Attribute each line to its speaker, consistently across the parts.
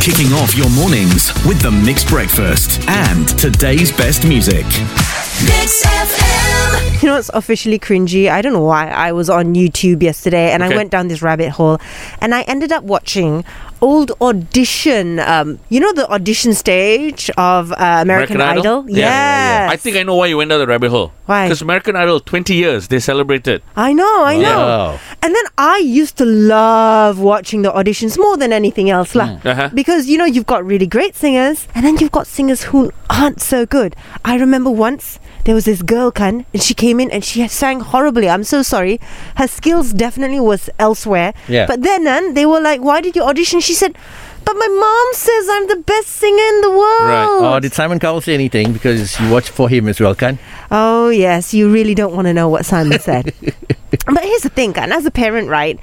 Speaker 1: kicking off your mornings with the mixed breakfast and today's best music.
Speaker 2: Mix FM.
Speaker 3: You know, it's officially cringy. I don't know why I was on YouTube yesterday and
Speaker 4: Okay.
Speaker 3: I went down this rabbit hole and I ended up watching old audition. Um, you know, the audition stage of uh, American, Idol?
Speaker 4: Yeah, yeah, yeah. I
Speaker 3: Yes.
Speaker 4: think I know why you went down the rabbit hole.
Speaker 3: Why?
Speaker 4: Because American Idol, 20 years, they celebrated.
Speaker 3: I know, I know.
Speaker 4: Wow.
Speaker 3: And then I used to love watching the auditions more than anything else, lah.
Speaker 4: Uh-huh.
Speaker 3: Because you know you've got really great singers, and then you've got singers who aren't so good. I remember once there was this girl, Kan, and she came in and she sang horribly. I'm so sorry. Her skills definitely was elsewhere.
Speaker 4: Yeah.
Speaker 3: But then, Nan, they were like, "Why did you audition?" She said, "But my mom says I'm the best singer in the world."
Speaker 5: Oh, did Simon Cowell say anything? Because you watched for him as well, can?
Speaker 3: Oh, yes, you really don't want to know what Simon said. but here's the thing, and as a parent, right?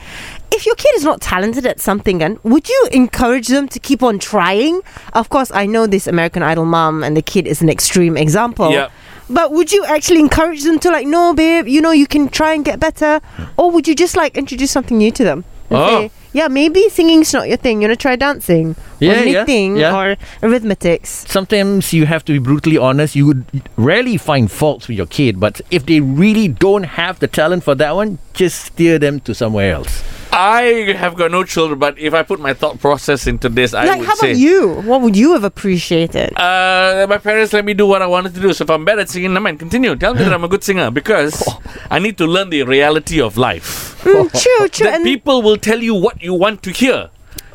Speaker 3: If your kid is not talented at something, and would you encourage them to keep on trying? Of course, I know this American Idol mom and the kid is an extreme example.
Speaker 4: Yep.
Speaker 3: But would you actually encourage them to like, no, babe, you know, you can try and get better, or would you just like introduce something new to them? and
Speaker 4: Oh.
Speaker 3: say, yeah, maybe singing's not your thing. You want to try dancing,
Speaker 5: Yeah,
Speaker 3: or
Speaker 5: yeah,
Speaker 3: knitting,
Speaker 5: yeah.
Speaker 3: or arithmetics.
Speaker 5: Sometimes you have to be brutally honest. You would rarely find faults with your kid, but if they really don't have the talent for that one, just steer them to somewhere else.
Speaker 4: I have got no children, but if I put my thought process into this, I
Speaker 3: like,
Speaker 4: would
Speaker 3: how
Speaker 4: say.
Speaker 3: about you? What would you have appreciated?
Speaker 4: Uh, my parents let me do what I wanted to do. So if I'm bad at singing, never mind, continue. Tell me that I'm a good singer because
Speaker 3: Oh.
Speaker 4: I need to learn the reality of life.
Speaker 3: Mm, true, true.
Speaker 4: that
Speaker 3: and-
Speaker 4: people will tell you what you want to hear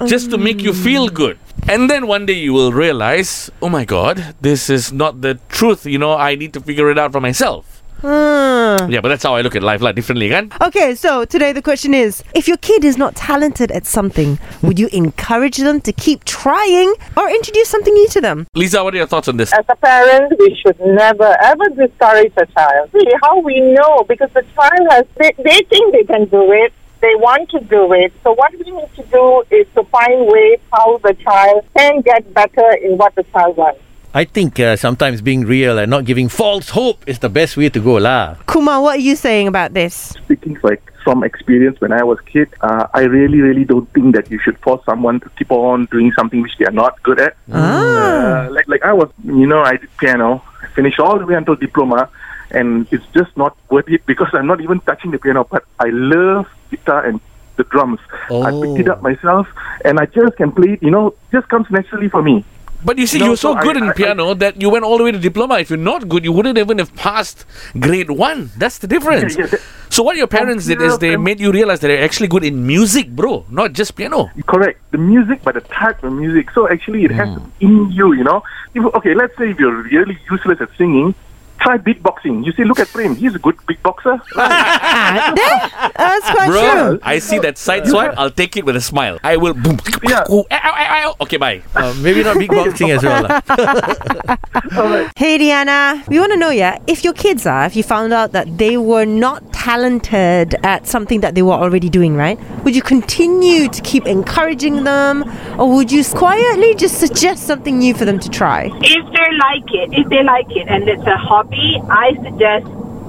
Speaker 4: just to make
Speaker 3: Um.
Speaker 4: you feel good. And then one day you will realize, oh my god, this is not the truth. You know, I need to figure it out for myself.
Speaker 3: Hmm.
Speaker 4: Yeah, but that's how I look at life, like differently, kan?
Speaker 3: Okay, so today the question is if your kid is not talented at something, would you encourage them to keep trying or introduce something new to them?
Speaker 4: Lisa, what are your thoughts on this?
Speaker 6: Uh,
Speaker 7: as a parent, we should never ever discourage a child. See how we know because the child has they, they think they can do it. They want to do it. So what we need to do is to find ways how the child can get better in what the child wants.
Speaker 5: I think uh, sometimes being real and not giving false hope is the best way to go, lah.
Speaker 3: Kumar, what are you saying about this?
Speaker 6: speaking like from experience when I was kid, uh, I really, really don't think that you should force someone to keep on doing something which they are not good at. Uh, like, like I was, you know, I did piano, finished all the way until diploma, and it's just not worth it because I'm not even touching the piano. But I love guitar and the drums. I picked it up myself, and I just can play it. You know, just comes naturally for me.
Speaker 4: But you see,
Speaker 6: No,
Speaker 4: you're so,
Speaker 6: so I-
Speaker 4: good in
Speaker 6: I- I-
Speaker 4: piano that you went all the way to diploma. If you're not good, you wouldn't even have passed grade one. That's the difference.
Speaker 6: Yeah, yeah, that-
Speaker 4: so what your parents did is they
Speaker 6: Yeah.
Speaker 4: made you realize that you're actually good in music, bro, not just piano.
Speaker 6: Correct. The music, but the type of music. So actually, it has to be in you, you know. If, okay, let's say if you're really useless at singing, try beatboxing. You see, look at Prem. He's a good beatboxer.
Speaker 3: Ah, there? That's quite
Speaker 4: Bro,
Speaker 3: true.
Speaker 4: I see that side swipe. I'll take it with a smile. I will. Boom.
Speaker 6: Yeah.
Speaker 4: Ow, ow, ow, ow. Okay, bye.
Speaker 5: Uh, maybe not big boxing as well. lah.
Speaker 3: Hey, Diana, we want to know, yeah, if your kids are, if you found out that they were not talented at something that they were already doing, right? Would you continue to keep encouraging them or would you quietly just suggest something new for them to try?
Speaker 8: if they like it, if they like it and it's a hobby, I suggest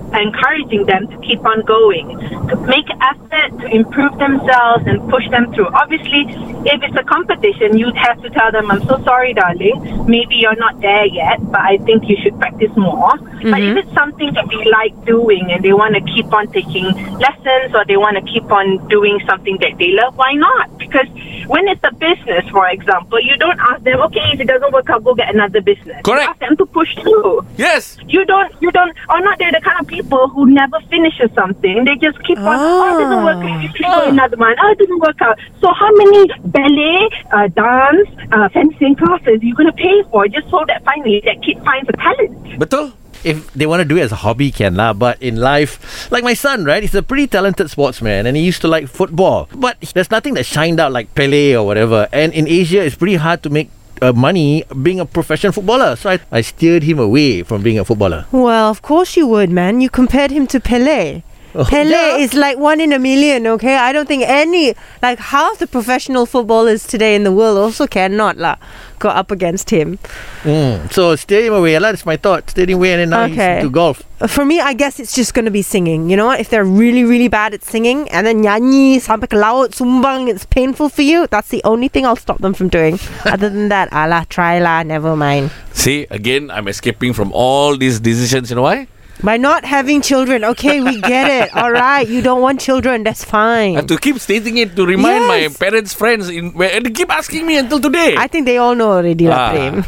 Speaker 8: encouraging them to keep on going, to make effort to improve themselves and push them through. Obviously, if it's a competition, you'd have to tell them, I'm so sorry, darling, maybe you're not there yet, but I think you should practice more. But if it's something that they like doing and they want to keep on taking lessons or they want to keep on doing something that they love, why not? Because when it's a business, for example, you don't ask them, okay, if it doesn't work out, go get another business. You
Speaker 4: Correct.
Speaker 8: ask them to push through.
Speaker 4: Yes.
Speaker 8: You don't, you don't, or not, they're the kind of people who never finishes something. They just keep on, oh, it doesn't work out, you try for another one, oh, it doesn't work out. So how many ballet, uh, dance, uh, fencing classes you going to pay for just so that finally that kid finds a talent?
Speaker 4: Betul?
Speaker 5: if they want to do it as a hobby, can lah. But in life, like my son, right, he's a pretty talented sportsman, and he used to like football. But there's nothing that shined out like Pele or whatever. And in Asia, it's pretty hard to make. Uh, money being a professional footballer, so I, I steered him away from being a footballer.
Speaker 3: Well, of course you would, man. You compared him to Pele.
Speaker 4: Oh.
Speaker 3: Pele
Speaker 5: yeah.
Speaker 3: is like one in a million, okay? I don't think any, like half the professional footballers today in the world also cannot la, go up against him.
Speaker 5: Mm. So stadium away, lah. That's my thought. Stadium away, and then now he's
Speaker 3: Okay.
Speaker 5: into golf.
Speaker 3: Uh, For me, I guess it's just going to be singing. You know what? If they're really, really bad at singing and then nyanyi, sampai ke laut, sumbang, it's painful for you, that's the only thing I'll stop them from doing. Other than that, alah, try lah, never mind.
Speaker 4: See, again, I'm escaping from all these decisions. You know why?
Speaker 3: By not having children, okay, we get it. All right, you don't want children, that's fine.
Speaker 4: I have to keep stating it to
Speaker 3: Yes.
Speaker 4: remind my parents, friends, in, where- and they keep asking me until today.
Speaker 3: I think they all know already, lah,
Speaker 4: Ah.
Speaker 3: Prem.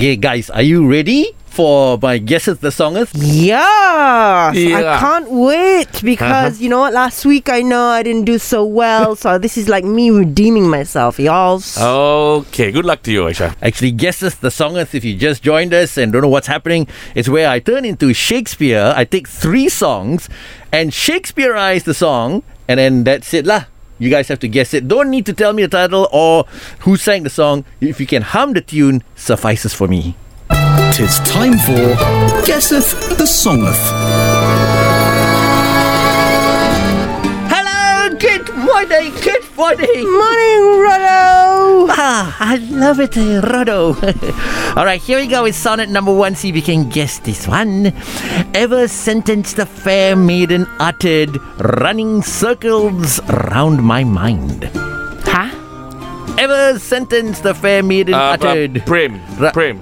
Speaker 5: Okay, guys, are you ready for my guesses the songers?
Speaker 3: Yes, I
Speaker 4: Yeah.
Speaker 3: can't wait because you know what? Last week I know I didn't do so well, so this is like me redeeming myself, y'all.
Speaker 4: Oh. Okay, good luck to you, Aisha.
Speaker 5: Actually, guesses the songers. If you just joined us and don't know what's happening, it's where I turn into Shakespeare. I take three songs and Shakespeareize the song, and then that's it lah. You guys have to guess it. Don't need to tell me the title or who sang the song. If you can hum the tune, suffices for me.
Speaker 1: Tis time for Guesseth the Songeth.
Speaker 5: Hello, good morning, good morning.
Speaker 3: Morning, Rollo.
Speaker 5: Ah, I love it, eh, Rodo. All right, here we go with sonnet number one. See if you can guess this one. Ever sentence the fair maiden uttered, running circles round my mind.
Speaker 3: Huh?
Speaker 5: Ever sentence the fair maiden
Speaker 4: Uh, uh,
Speaker 5: uttered.
Speaker 4: Prem,
Speaker 5: Ra-
Speaker 4: Prem.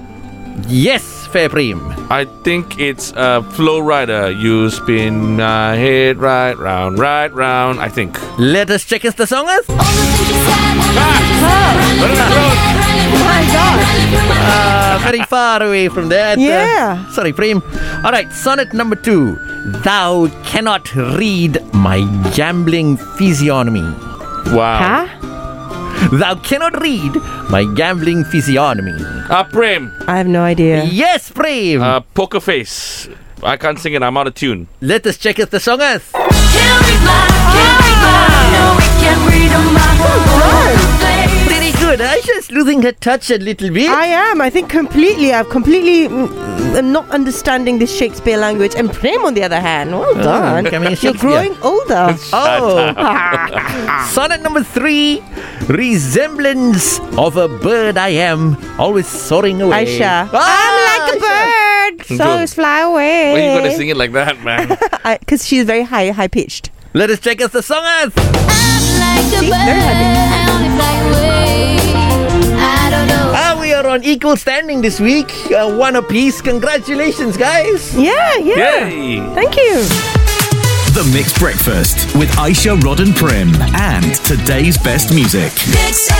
Speaker 5: yes, fair prim.
Speaker 4: I think it's uh, Flow Rider. You spin my head right round, right round. I think.
Speaker 5: Let us check us the songers.
Speaker 3: Oh
Speaker 5: Uh, very far away from that.
Speaker 3: Yeah.
Speaker 5: Uh, sorry, Prem. All right, sonnet number two. Thou cannot read my gambling physiognomy.
Speaker 4: Wow.
Speaker 3: Huh?
Speaker 5: Thou cannot read my gambling physiognomy.
Speaker 4: Uh, Prem.
Speaker 3: I have no idea.
Speaker 5: Yes, Prem.
Speaker 4: Uh, poker face. I can't sing it. I'm out of tune.
Speaker 5: Let us check us the songers. Very good. Aisha's losing her touch a little bit.
Speaker 3: I am. I think completely. I've completely mm, I'm not understanding this Shakespeare language. And Prem, on the other hand, well done.
Speaker 5: I mean,
Speaker 3: You're
Speaker 5: Shakespeare.
Speaker 3: growing older.
Speaker 5: oh. Sonnet number three. Resemblance of a bird I am, always soaring away.
Speaker 3: Aisha,
Speaker 5: Ah,
Speaker 3: I'm like a
Speaker 5: Aisha.
Speaker 3: bird. So
Speaker 4: Good.
Speaker 3: it's fly away.
Speaker 4: Why you gotta sing it like that, man?
Speaker 3: Because she's very high, high pitched.
Speaker 5: Let us check us the songers. Ah, we are on equal standing this week. Uh, one apiece. Congratulations, guys.
Speaker 3: Yeah, yeah.
Speaker 4: Yay!
Speaker 3: Thank you.
Speaker 1: The Mixed Breakfast with Aisha Rod and Prim and today's best music.
Speaker 2: Mix